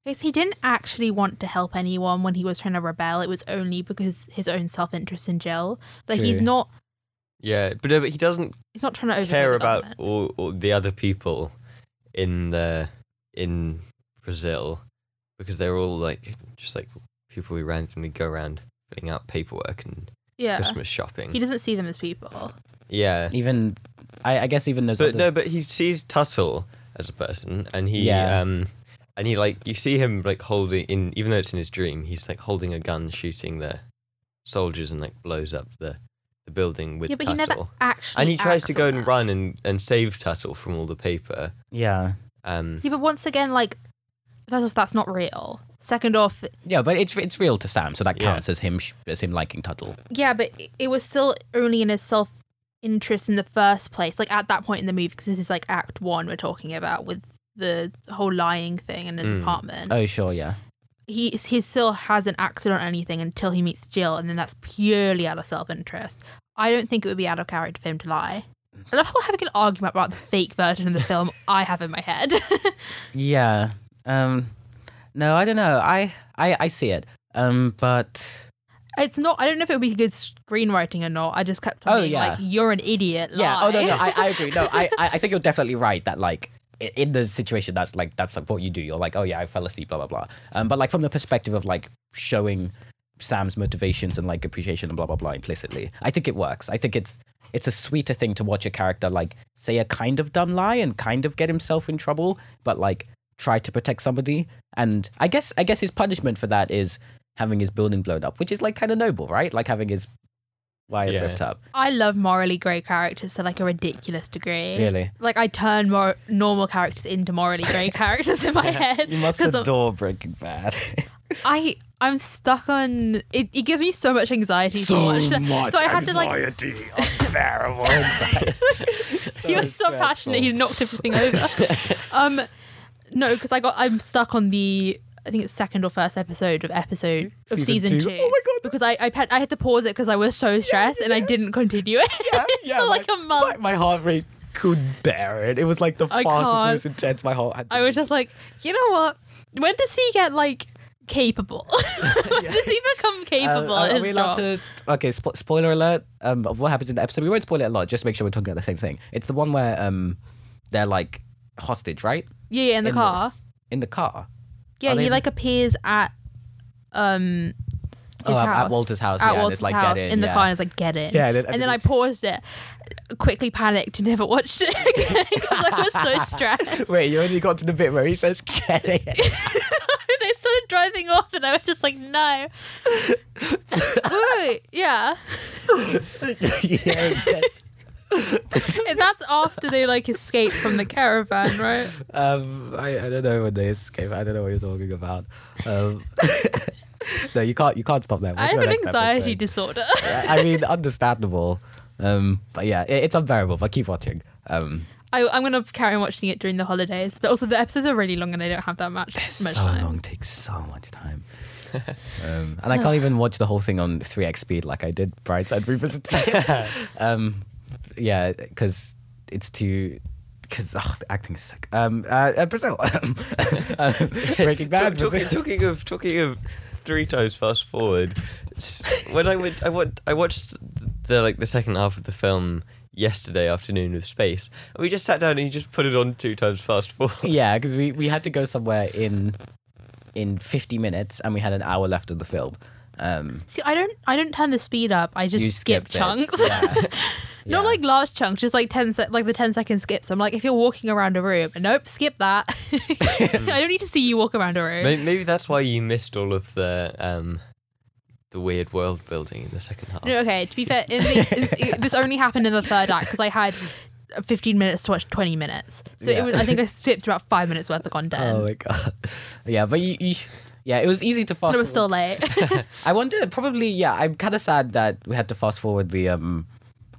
S1: because he didn't actually want to help anyone when he was trying to rebel. It was only because his own self interest in Jill. Like he's
S3: True.
S1: not
S2: Yeah, but, uh, but he doesn't
S1: he's not trying to overthrow
S2: care
S1: the
S2: about
S1: government.
S2: all, all the other people in the in Brazil because they're all like just like people who randomly go around filling out paperwork and
S1: yeah.
S2: Christmas shopping.
S1: He doesn't see them as people.
S2: yeah,
S3: Even, I, I guess even those.
S2: but
S3: other-
S2: no, but he sees Tuttle as a person, and he
S3: Yeah.
S2: um, and he like you see him like holding in even though it's in his dream, he's like holding a gun, shooting the soldiers, and like blows up the the building with
S1: yeah, but
S2: Tuttle.
S1: he never actually.
S2: and he tries to
S1: acts
S2: go
S1: on
S2: and
S1: that.
S2: run and, and save Tuttle from all the paper.
S3: yeah.
S2: Um,
S1: Yeah, but once again, like, first off, that's not real. Second off,
S3: Yeah, but it's it's real to Sam, so that
S2: Yeah.
S3: counts as him sh- as him liking Tuttle.
S1: yeah, but i- it was still only in his self interest in the first place. Like at that point in the movie, because this is like Act One we're talking about with the whole lying thing in his
S2: Mm.
S1: apartment.
S3: Oh, sure, yeah.
S1: he he still hasn't acted on anything until he meets Jill, and then that's purely out of self interest. I don't think it would be out of character for him to lie.
S3: Mm.
S1: I love how we're having an argument about the fake version of the film I have in my head.
S3: Yeah. Um no, I don't know. I I I see it. Um but
S1: it's not. I don't know if it would be good screenwriting or not. I just kept on
S3: Oh,
S1: being
S3: yeah.
S1: like, "You're an idiot."
S3: yeah, oh no, no,
S1: lie."
S3: I, I agree. No, I, I I think you're definitely right that like i- in the situation that's like that's like what you do. You're like, "Oh yeah, I fell asleep, blah blah blah." Um but like from the perspective of like showing Sam's motivations and like appreciation and blah blah blah implicitly. I think it works. I think it's it's a sweeter thing to watch a character like say a kind of dumb lie and kind of get himself in trouble, but like try to protect somebody. And I guess I guess his punishment for that is having his building blown up, which is like kind of noble, right? Like having his wires
S2: Yeah.
S3: ripped up.
S1: I love morally grey characters to like a ridiculous degree.
S3: Really?
S1: Like I turn more normal characters into morally grey characters in my head. 'cause I'm-
S3: adore Breaking Bad.
S1: I I'm stuck on it. It gives me so much anxiety. to watch that. So I had to like.
S3: unbearable.
S1: you were so passionate. You knocked everything over. um, no, because I got I'm stuck on the I think it's second or first episode of episode of
S3: Season
S1: season,
S3: two.
S1: two.
S3: Oh my God.
S1: Because I I, had, I had to pause it because I was so stressed and I didn't continue it for like a month.
S3: My, my heart rate could bear it. It was like the
S1: I
S3: fastest,
S1: can't.
S3: most intense my heart had.
S1: I was just like, you know what? When does he get like capable? when does he become capable?
S3: Um,
S1: at
S3: are
S1: his
S3: we allowed
S1: job?
S3: to? Okay, spo- spoiler alert um, of what happens in the episode. We won't spoil it a lot. Just make sure we're talking about the same thing. It's the one where um, they're like hostage, right?
S1: Yeah, yeah, in the
S3: in the-
S1: car.
S3: In the car.
S1: yeah,
S3: are
S1: he
S3: they-
S1: like appears at um his
S3: Oh, at- at
S1: house.
S3: Walter's house, yeah, and it's like, get in,
S1: the
S3: yeah.
S1: car, and it's like, get in.
S3: Yeah,
S1: and
S3: and
S1: then,
S3: then-
S1: I paused it, quickly panicked, and never watched it again because I was so stressed.
S3: Wait, you only got to the bit where he says get it.
S1: they started driving off, and I was just like, no. Ooh, yeah,
S3: yeah, yes.
S1: and that's after they like escape from the caravan, right?
S3: um, I, I don't know when they escape. I don't know what you're talking about. Um, no, you can't. You can't stop that.
S1: I have
S3: What's your
S1: an
S3: next
S1: anxiety
S3: episode?
S1: disorder.
S3: I I mean, understandable. Um, but yeah, it, it's unbearable. But keep watching. Um,
S1: I, I'm gonna carry on watching it during the holidays, but also the episodes are really long and I don't have that much. much
S3: so
S1: time.
S3: long takes so much time. um, and I can't even watch the whole thing on 3x speed like I did Brideside Revisited. um, yeah, because it's too. Because the acting is so good. Um, uh, uh, Brazil. Um, Breaking Bad.
S2: Talk- talking,
S3: Brazil.
S2: talking of talking of three times fast forward. s- when I went, I watched, I watched the like the second half of the film yesterday afternoon with Space, and we just sat down and you just put it on two times fast forward.
S3: Yeah, because we, we had to go somewhere in in 50 minutes and we had an hour left of the film. Um,
S1: See, I don't, I don't turn the speed up. I just
S3: you
S1: skip,
S3: bits,
S1: chunks.
S3: Yeah. Yeah.
S1: Not like large chunks, just like ten, sec- like the 10 second skips. I'm like, if you're walking around a room, nope, skip that. I don't need to see you walk around a room.
S2: Maybe, maybe that's why you missed all of the um, the weird world building in the second half.
S1: No, okay. To be fair, in the, in- this only happened in the third act because I had 15 minutes to watch 20 minutes, so
S3: Yeah.
S1: it was. I think I skipped about five minutes worth of content.
S3: Oh my god. Yeah, but you, you yeah, it was easy to fast
S1: and it was still
S3: forward.
S1: late.
S3: I wonder probably yeah, I'm kinda sad that we had to fast forward the um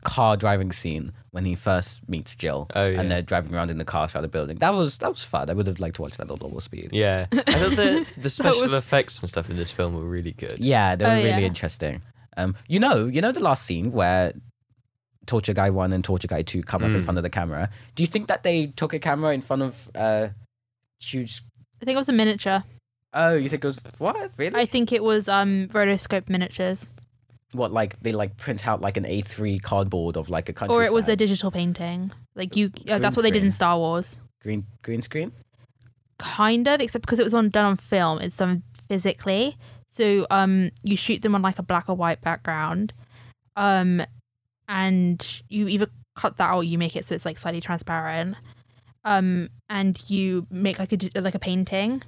S3: car driving scene when he first meets Jill.
S2: Oh, yeah.
S3: And they're driving around in the car throughout the building. That was that was fun. I would have liked to watch that on normal speed.
S2: Yeah, I thought the the special
S1: was-
S2: effects and stuff in this film were really good.
S3: Yeah, they were
S1: Oh,
S3: really
S1: yeah.
S3: interesting. Um, you know, you know the last scene where Torture Guy One and Torture Guy Two come up in front of the camera. Do you think that they took a camera in front of uh, huge?
S1: I think it was a miniature.
S3: Oh, you think it was what? Really?
S1: I think it was um rotoscope miniatures,
S3: what like they like print out like an A3 cardboard of like a country
S1: or it was a digital painting. Like you, uh, that's what they did
S3: screen.
S1: in Star Wars,
S3: green green screen.
S1: kind of. Except because it was on done on film, it's done physically. So um, you shoot them on like a black or white background, um, and you either cut that or you make it so it's like slightly transparent, um, and you make like a di- like a painting,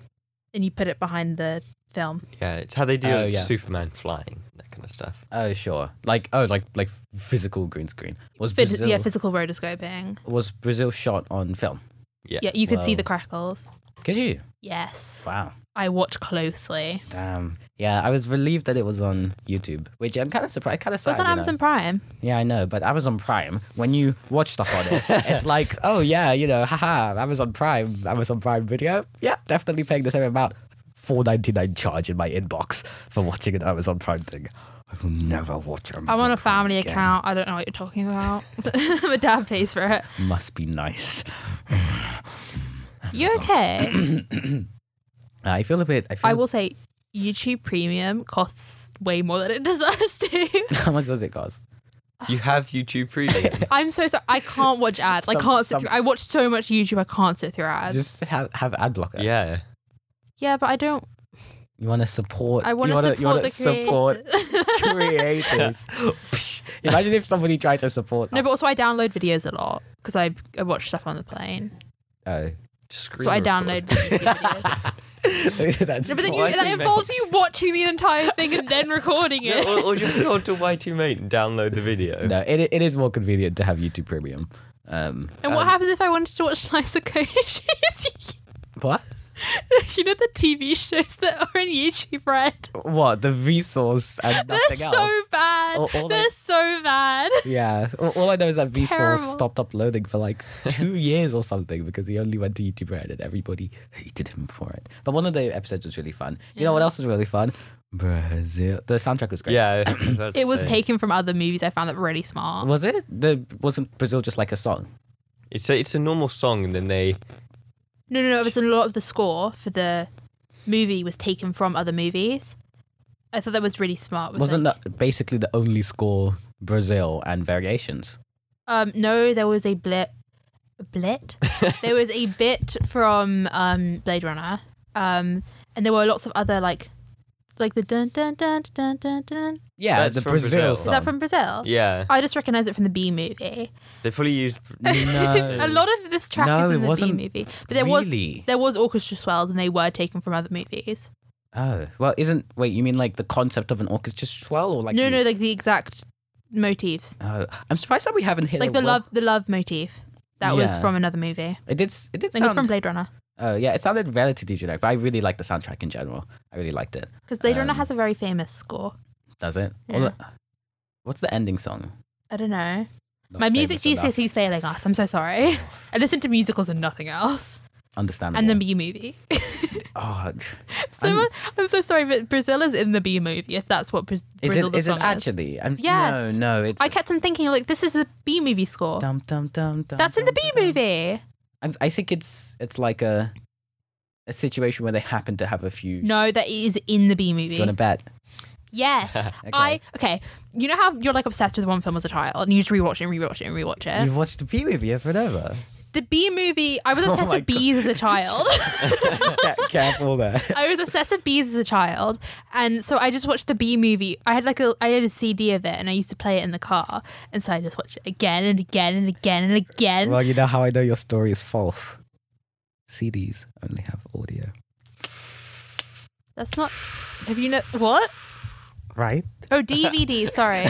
S1: and you put it behind the film.
S2: Yeah, it's how they do
S3: Oh,
S2: like,
S3: yeah.
S2: Superman flying that kind of stuff.
S3: Oh sure. Like oh like like physical green screen. Was
S1: Phys-
S3: Brazil
S1: yeah, physical rotoscoping.
S3: was Brazil shot on film?
S2: Yeah,
S1: Yeah, you could see
S3: Wow.
S1: the crackles.
S3: Could you?
S1: Yes.
S3: Wow.
S1: I watch closely.
S3: Damn. Yeah, I was relieved that it was on YouTube, which I'm kind of surprised. Kind of
S1: So
S3: sad.
S1: it's on
S3: you know?
S1: Amazon Prime.
S3: Yeah, I know, but Amazon Prime, when you watch stuff on it, it's like, oh yeah, you know, haha, Amazon Prime, Amazon Prime video. Yeah, definitely paying the same amount. Four ninety nine charge in my inbox for watching an Amazon Prime thing. I will never watch Amazon.
S1: I'm on a
S3: Prime
S1: family
S3: again.
S1: account. I don't know what you're talking about. My dad pays for it.
S3: Must be nice.
S1: You okay?
S3: Uh, I feel a bit. I feel.
S1: I will say YouTube Premium costs way more than it deserves to.
S3: How much does it cost?
S2: you have YouTube Premium.
S1: I'm so sorry. I can't watch ads. I
S3: Some-
S1: can't sit
S3: some-
S1: through. I watch so much YouTube. I can't sit through ads.
S3: Just have have ad blocker.
S2: yeah,
S1: yeah, but I don't.
S3: You want to support.
S1: I want
S3: you
S1: to
S3: wanna-
S1: support
S3: you wanna
S1: the
S3: support creators. Psh, Imagine if somebody tried to support.
S1: No, but also I download videos a lot because I, I watch stuff on the plane.
S3: oh,
S2: Just screen
S1: So I
S2: record.
S1: download YouTube videos.
S3: that's
S1: No, but then you,
S2: Why do
S1: that
S2: you
S1: involves you watching the entire thing and then recording
S2: Yeah,
S1: it.
S2: or, or just go on to Y2 Mate and download the video.
S3: No, it, it is more convenient to have YouTube Premium. Um,
S1: And what happens if I wanted to watch Liza Koshy's?
S3: what?
S1: you know the TV shows that are on YouTube Red.
S3: What the Vsauce and
S1: They're
S3: nothing else?
S1: so bad.
S3: All- all
S1: They're
S3: they-
S1: so bad.
S3: Yeah, all, all I know is that Vsauce
S1: Terrible.
S3: stopped uploading for like two years or something because he only went to YouTube Red and everybody hated him for it. But one of the episodes was really fun. You know what else was really fun? Brazil. The soundtrack was great.
S2: Yeah, I was about to
S1: It was
S2: say.
S1: taken from other movies I found that were really smart.
S3: Was it? The wasn't Brazil just like a song?
S2: It's a, it's a normal song, and then they
S1: No, no, no. It was a lot of the score for the movie was taken from other movies. I thought that was really smart. with
S3: Wasn't
S1: it.
S3: that basically the only score Brazil and variations?
S1: Um, no, there was a blit. A blit? there was a bit from um, Blade Runner. Um, and there were lots of other like like the dun dun dun dun dun dun. Is
S3: Yeah,
S2: That's
S3: the
S2: from
S3: Brazil,
S2: Brazil. Is
S3: song.
S1: that from Brazil?
S2: Yeah,
S1: I just recognize it from the B movie.
S2: they probably used.
S3: No.
S1: a lot of this track is
S3: No, it
S1: in the B
S3: wasn't
S1: movie, but there
S3: really.
S1: was there was orchestra swells, and they were taken from other movies.
S3: Oh well, isn't wait? You mean like the concept of an orchestra swell, or like
S1: no,
S3: the-
S1: no, like the exact motifs,
S3: Oh, I'm surprised that we haven't hit
S1: like
S3: it
S1: the
S3: well-
S1: love the love motif. That was
S3: Yeah.
S1: from another movie.
S3: It did. s- It did
S1: I think it's
S3: sound.
S1: from Blade Runner
S3: oh yeah, it sounded relatively generic, but I really liked the soundtrack in general. I really liked it.
S1: because Blade Runner
S3: Um,
S1: has a very famous score.
S3: Does it?
S1: Yeah.
S3: Well, What's the ending song?
S1: I don't know.
S3: Not
S1: My music
S3: famous enough.
S1: GCSE is failing us. I'm so sorry. I listen to musicals and nothing else,
S3: Understandable.
S1: and the B movie.
S3: oh, d-
S1: so
S3: I'm-
S1: I'm, so sorry, but Brazil is in the B movie. If that's what Bra-
S3: is
S1: Brazil
S3: it?
S1: the
S3: Is it
S1: song is.
S3: actually? I'm,
S1: Yes.
S3: No, no. It's
S1: I kept on thinking like this is the B movie score.
S3: dum dum dum dum.
S1: That's in the
S3: dum,
S1: B
S3: dum, dum.
S1: movie.
S3: I'm, I think it's it's like a a situation where they happen to have a few.
S1: No, that is in the B
S3: Do
S1: movie.
S3: you want to bet?
S1: Yes. I okay. You know how you're like obsessed with one film as a child and you just rewatch it and rewatch it and rewatch it?
S3: You've watched the B movie over and over.
S1: The B movie I was
S3: Oh
S1: obsessed
S3: my
S1: with bees as a child.
S3: Ca- Careful there.
S1: I was obsessed with bees as a child. And so I just watched the B movie. I had like a I had a CD of it and I used to play it in the car. And so I just watched it again and again and again and again.
S3: Well, you know how I know your story is false. CDs only have audio,
S1: That's not have you know what?
S3: right?
S1: Oh DVD, sorry.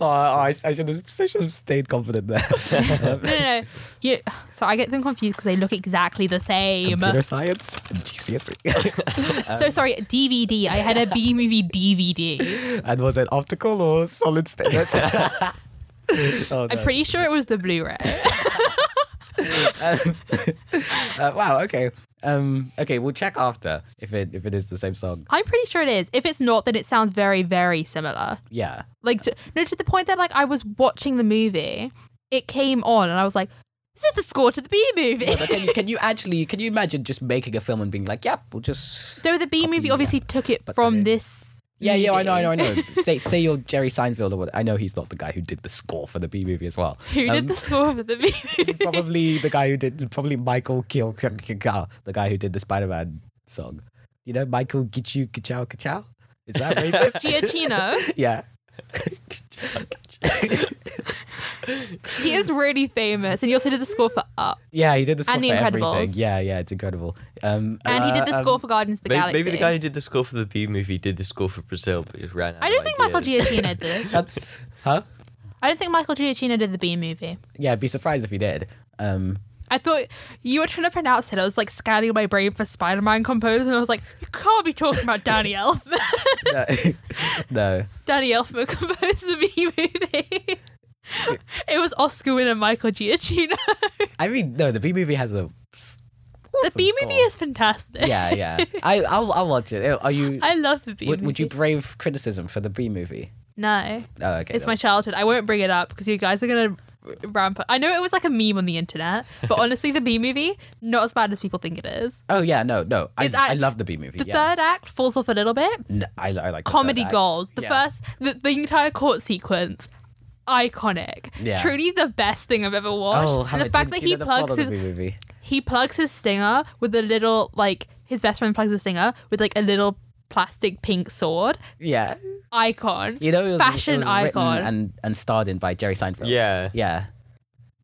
S3: oh, I, I should have, I should have stayed confident there. Um,
S1: No, no, no. You, so I get them confused because they look exactly the same.
S3: Computer science, and GCSE,
S1: so sorry, DVD. I had a B movie DVD.
S3: and was it optical or solid state? Uh, oh,
S1: I'm
S3: no.
S1: pretty sure it was the Blu-ray.
S3: Uh, wow. Okay. Um, okay. We'll check after if it if it is the same song.
S1: I'm pretty sure it is. If it's not, then it sounds very, very similar.
S3: Yeah.
S1: Like to, no, to the point that like I was watching the movie, it came on, and I was like, "This is the score to the B movie."
S3: But can you, can you actually can you imagine just making a film and being like, yep, we'll just
S1: so the B
S3: Copy,
S1: movie obviously took it
S3: But
S1: from
S3: then-
S1: this.
S3: yeah, yeah, I know, I know, I
S1: movie.
S3: know. say, say you're Jerry Seinfeld or what? I know he's not the guy who did the score for the B movie as well.
S1: Who
S3: Um,
S1: did the score for the B movie?
S3: probably the guy who did probably Michael Kiel, the guy who did the Spider Man song. You know, Michael Gichu Kachow Kachow? Is that racist?
S1: Giacchino.
S3: yeah.
S1: He is really famous, and he also did the score for Up,
S3: Yeah, he did the score
S1: And
S3: for
S1: The
S3: everything.
S1: Incredibles.
S3: Yeah, yeah, it's incredible. Um,
S1: and he
S3: uh,
S1: did the
S3: um,
S1: score for Guardians of the
S2: Maybe,
S1: Galaxy.
S2: maybe the guy who did the score for the B movie did the score for Brazil, but just ran out.
S1: I
S2: of
S1: don't think Michael
S2: ideas.
S1: Giacchino did.
S3: That's huh?
S1: I don't think Michael Giacchino did the B movie.
S3: Yeah, I'd be surprised if he did. Um,
S1: I thought you were trying to pronounce it. I was like scanning my brain for Spider Man composers, and I was like, you can't be talking about Danny Elfman.
S3: no, no.
S1: Danny Elfman composed the B movie. it was Oscar winner Michael Giacchino.
S3: I mean, no. The B movie has a
S1: the B movie is fantastic.
S3: Yeah, yeah. I, I'll, I'll watch it. Are you?
S1: I love the B
S3: would,
S1: movie.
S3: would you brave criticism for the B movie?
S1: No,
S3: Oh, okay.
S1: it's
S3: then.
S1: my childhood. I won't bring it up because you guys are gonna r- ramp up. I know it was like a meme on the internet, but honestly, the B movie not as bad as people think it is.
S3: Oh yeah, no, no. I,
S1: It's act-
S3: I love the B movie.
S1: The
S3: yeah.
S1: third act falls off a little bit,
S3: No, I, I like the
S1: comedy
S3: third act.
S1: goals. The
S3: Yeah.
S1: first, the, the entire court sequence, iconic.
S3: Yeah.
S1: Truly the best thing I've ever watched.
S3: Oh,
S1: and the fact that he plugs
S3: the
S1: his
S3: B movie.
S1: he plugs his stinger with a little like his best friend plugs his stinger with like a little plastic pink sword
S3: Yeah,
S1: icon.
S3: you know, it was,
S1: Fashion
S3: it was
S1: icon.
S3: written and and starred in by Jerry Seinfeld.
S2: Yeah,
S3: yeah.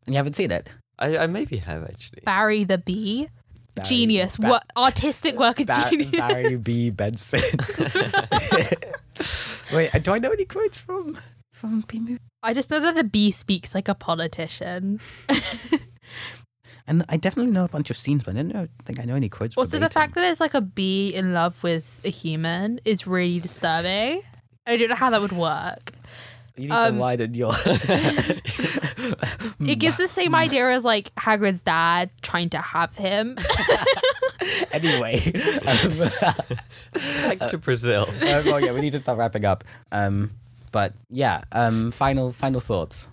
S3: And you haven't seen it?
S2: I, I maybe have actually.
S1: Barry the Bee,
S3: Barry-
S1: genius,
S3: Ba-
S1: what artistic work of
S3: Ba-
S1: genius.
S3: Barry B. Benson. Wait, do I know any quotes from from B movie?
S1: I just know that the bee speaks like a politician.
S3: And I definitely know a bunch of scenes, but I don't know, think I know any quotes.
S1: Also, the
S3: verbatim.
S1: fact that there's like a bee in love with a human is really disturbing. I don't know how that would work.
S3: you need
S1: um,
S3: to widen your
S1: It gives the same idea as like Hagrid's dad trying to have him.
S3: anyway. Um,
S2: Back to Brazil.
S3: uh, well, yeah, we need to start wrapping up. Um, but yeah, um, final final thoughts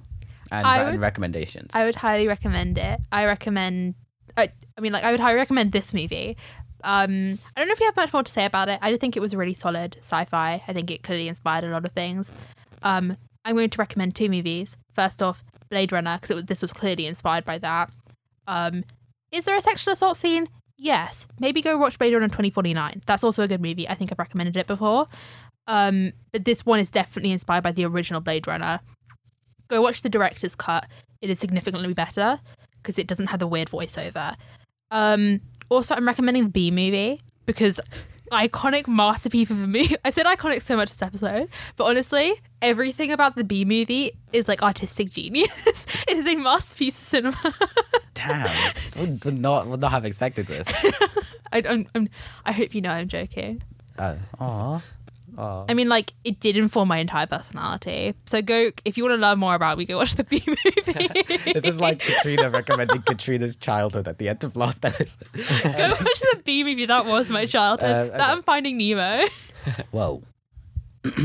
S3: and,
S1: I
S3: and
S1: would-
S3: recommendations.
S1: I would highly recommend it. I recommend. I, I mean, like, I would highly recommend this movie. Um, I don't know if you have much more to say about it. I just think it was really solid sci-fi. I think it clearly inspired a lot of things. Um, I'm going to recommend two movies. First off, Blade Runner, because this was clearly inspired by that. Um, is there a sexual assault scene? yes, maybe go watch Blade Runner 2049. That's also a good movie. I think I've recommended it before. Um, but this one is definitely inspired by the original Blade Runner. Go watch the director's cut. It is significantly better because it doesn't have the weird voiceover. Um, also, I'm recommending the B movie because iconic masterpiece of a movie. I've said iconic so much this episode, but honestly, everything about the B movie is like artistic genius. it is a masterpiece of cinema.
S3: Damn, would, would not would not have expected this.
S1: I, I'm, I'm, I hope you know I'm joking.
S3: Oh, aw.
S1: I mean, like, it did inform my entire personality. So go, if you want to learn more about me, go watch the B movie.
S3: This is like Katrina recommending Katrina's childhood at the end of last episode.
S1: go watch the B movie. That was my childhood.
S3: Uh, okay.
S1: That I'm Finding Nemo.
S3: Whoa,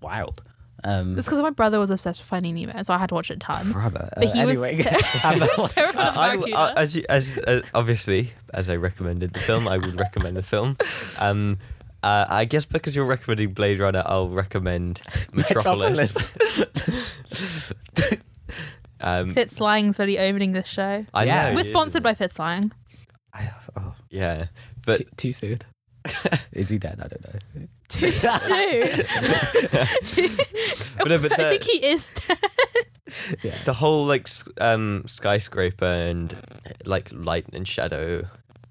S3: wild. Um,
S1: It's because my brother was obsessed with Finding Nemo, so I had to watch it a ton.
S3: brother. Uh,
S1: But he was
S3: anyway,
S1: ter-
S3: have a-
S1: Terrified of
S2: I,
S1: Barracuda.
S2: I, as, you- as uh, obviously as I recommended the film, I would recommend the film. Um, uh, I guess because you're recommending Blade Runner, I'll recommend Metropolis. um,
S1: Fitz Lang's really opening this show.
S2: I
S3: Yeah.
S2: know,
S1: We're
S2: yeah.
S1: sponsored by Fitz Lang.
S3: I, oh,
S2: Yeah, but
S3: too, too soon. is he dead? I don't know.
S1: Too soon.
S2: but, no, but uh,
S1: I think
S2: the,
S1: he is dead.
S2: the whole like s- um, skyscraper and like light and shadow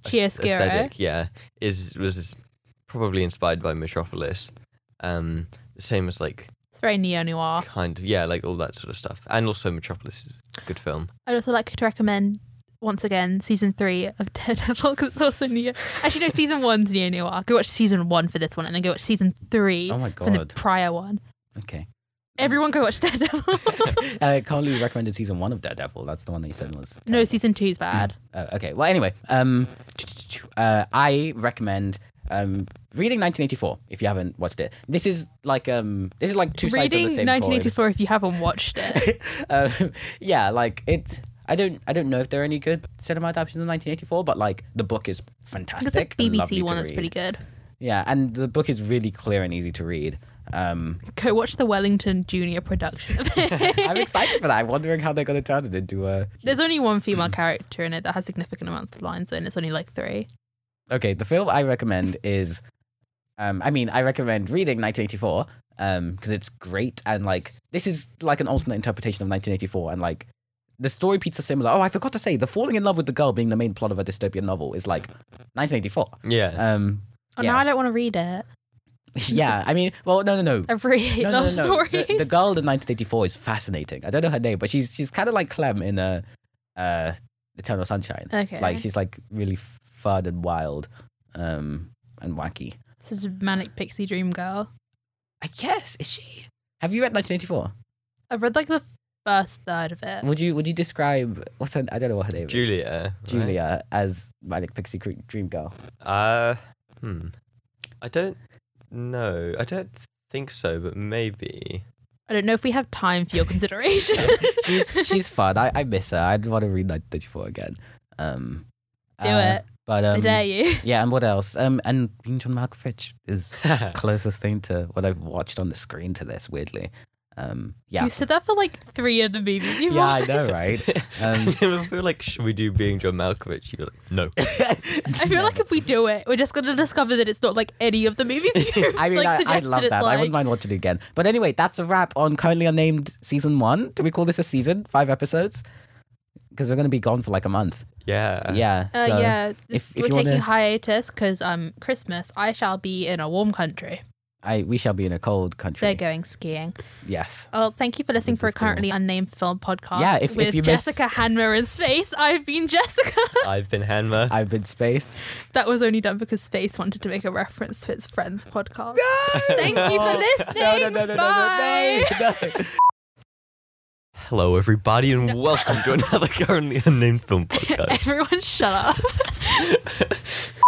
S2: as-
S1: Chiaroscuro.
S2: aesthetic, yeah, is was probably inspired by Metropolis. Um, the same as like
S1: It's very neo noir.
S2: kind of yeah, like all that sort of stuff, and also Metropolis is a good film.
S1: I'd also like to recommend once again season three of Daredevil because it's also neo. Actually, no, season one's neo noir. Go watch season one for this one, and then go watch season three
S3: Oh my
S1: from the
S3: God.
S1: prior one.
S3: Okay.
S1: Everyone go watch Daredevil.
S3: Uh, Carly recommended season one of Daredevil. That's the one that you said was.
S1: no, season two's bad.
S3: Uh, okay. Well, anyway, um, uh, I recommend um reading 1984 if you haven't watched it. This is like um this is like two sides of
S1: Reading
S3: the same
S1: 1984 if you haven't watched it.
S3: coin. um, yeah, like it. I don't I don't know if there are any good cinema adaptations of 1984, but like the book is fantastic.
S1: It's a
S3: and lovely
S1: BBC
S3: to
S1: one that's
S3: read.
S1: pretty good.
S3: Yeah, and the book is really clear and easy to read. Um,
S1: Go watch the Wellington Junior production of it.
S3: I'm excited for that. I'm wondering how they're going to turn it into a.
S1: There's only one female character in it that has significant amounts of lines, and it's only like three.
S3: Okay, the film I recommend is, um, I mean, I recommend reading 1984 because it's great and like this is like an alternate interpretation of 1984 and like the story beats are similar. Oh, I forgot to say, the falling in love with the girl being the main plot of a dystopian novel is like 1984.
S2: Yeah,
S3: Um,
S1: Oh,
S3: Yeah.
S1: now I don't want to read it.
S3: yeah, I mean, well, no, no, no.
S1: I really hate
S3: No, no,
S1: love
S3: no, no.
S1: stories.
S3: The, the girl in 1984 is fascinating. I don't know her name, but she's she's kind of like Clem in uh, uh, Eternal Sunshine.
S1: Okay.
S3: Like she's like really fun and wild, um, and wacky.
S1: This is manic pixie dream girl.
S3: I guess is she? Have you read 1984?
S1: I've read like the first third of it.
S3: Would you would you describe what's her? I don't know what her name is.
S2: Julia. right?
S3: Julia as Manic Pixie Cre- Dream Girl.
S2: Uh, hmm. I don't know. I don't think so, but maybe.
S1: I don't know if we have time for your consideration. Do
S3: She's she's fun. I, I miss her. I'd want to read 1984 again. Um, Do
S1: it.
S3: But um,
S1: I dare you.
S3: yeah, and what else? Um, and being John Malkovich is closest thing to what I've watched on the screen to this. Weirdly, um, yeah,
S1: You said that for like three of the movies you
S3: yeah,
S1: watched.
S3: I know, right? Um,
S2: I feel like should we do being John Malkovich? You're like, no.
S1: I feel like if we do it, we're just gonna discover that it's not like any of the movies. You
S3: I mean,
S1: like,
S3: I, I
S1: suggested.
S3: love
S1: It's
S3: that. I
S1: Like,
S3: wouldn't mind watching it again. But anyway, that's a wrap on currently unnamed season one. Do we call this a season? Five episodes? Because we're going to be gone for like a month.
S2: Yeah.
S3: yeah.
S1: Uh,
S3: so
S1: yeah,
S3: if- if
S1: we're
S3: you
S1: taking
S3: wanna-
S1: hiatus because um Christmas. I shall be in a warm country.
S3: I, we shall be in a cold country.
S1: They're going skiing.
S3: Yes.
S1: Well, thank you for listening for a
S3: That's cool.
S1: currently unnamed film podcast.
S3: Yeah, if- if
S1: with
S3: you miss-
S1: Jessica Hanmer in space. I've been Jessica.
S2: I've been Hanma.
S3: I've been space.
S1: That was only done because Space wanted to make a reference to its Friends podcast. Thank you for listening.
S3: No, no, no, no, no,
S1: Bye.
S3: no, no, no.
S2: Hello, everybody, and welcome to another currently unnamed film podcast.
S1: Everyone, shut up.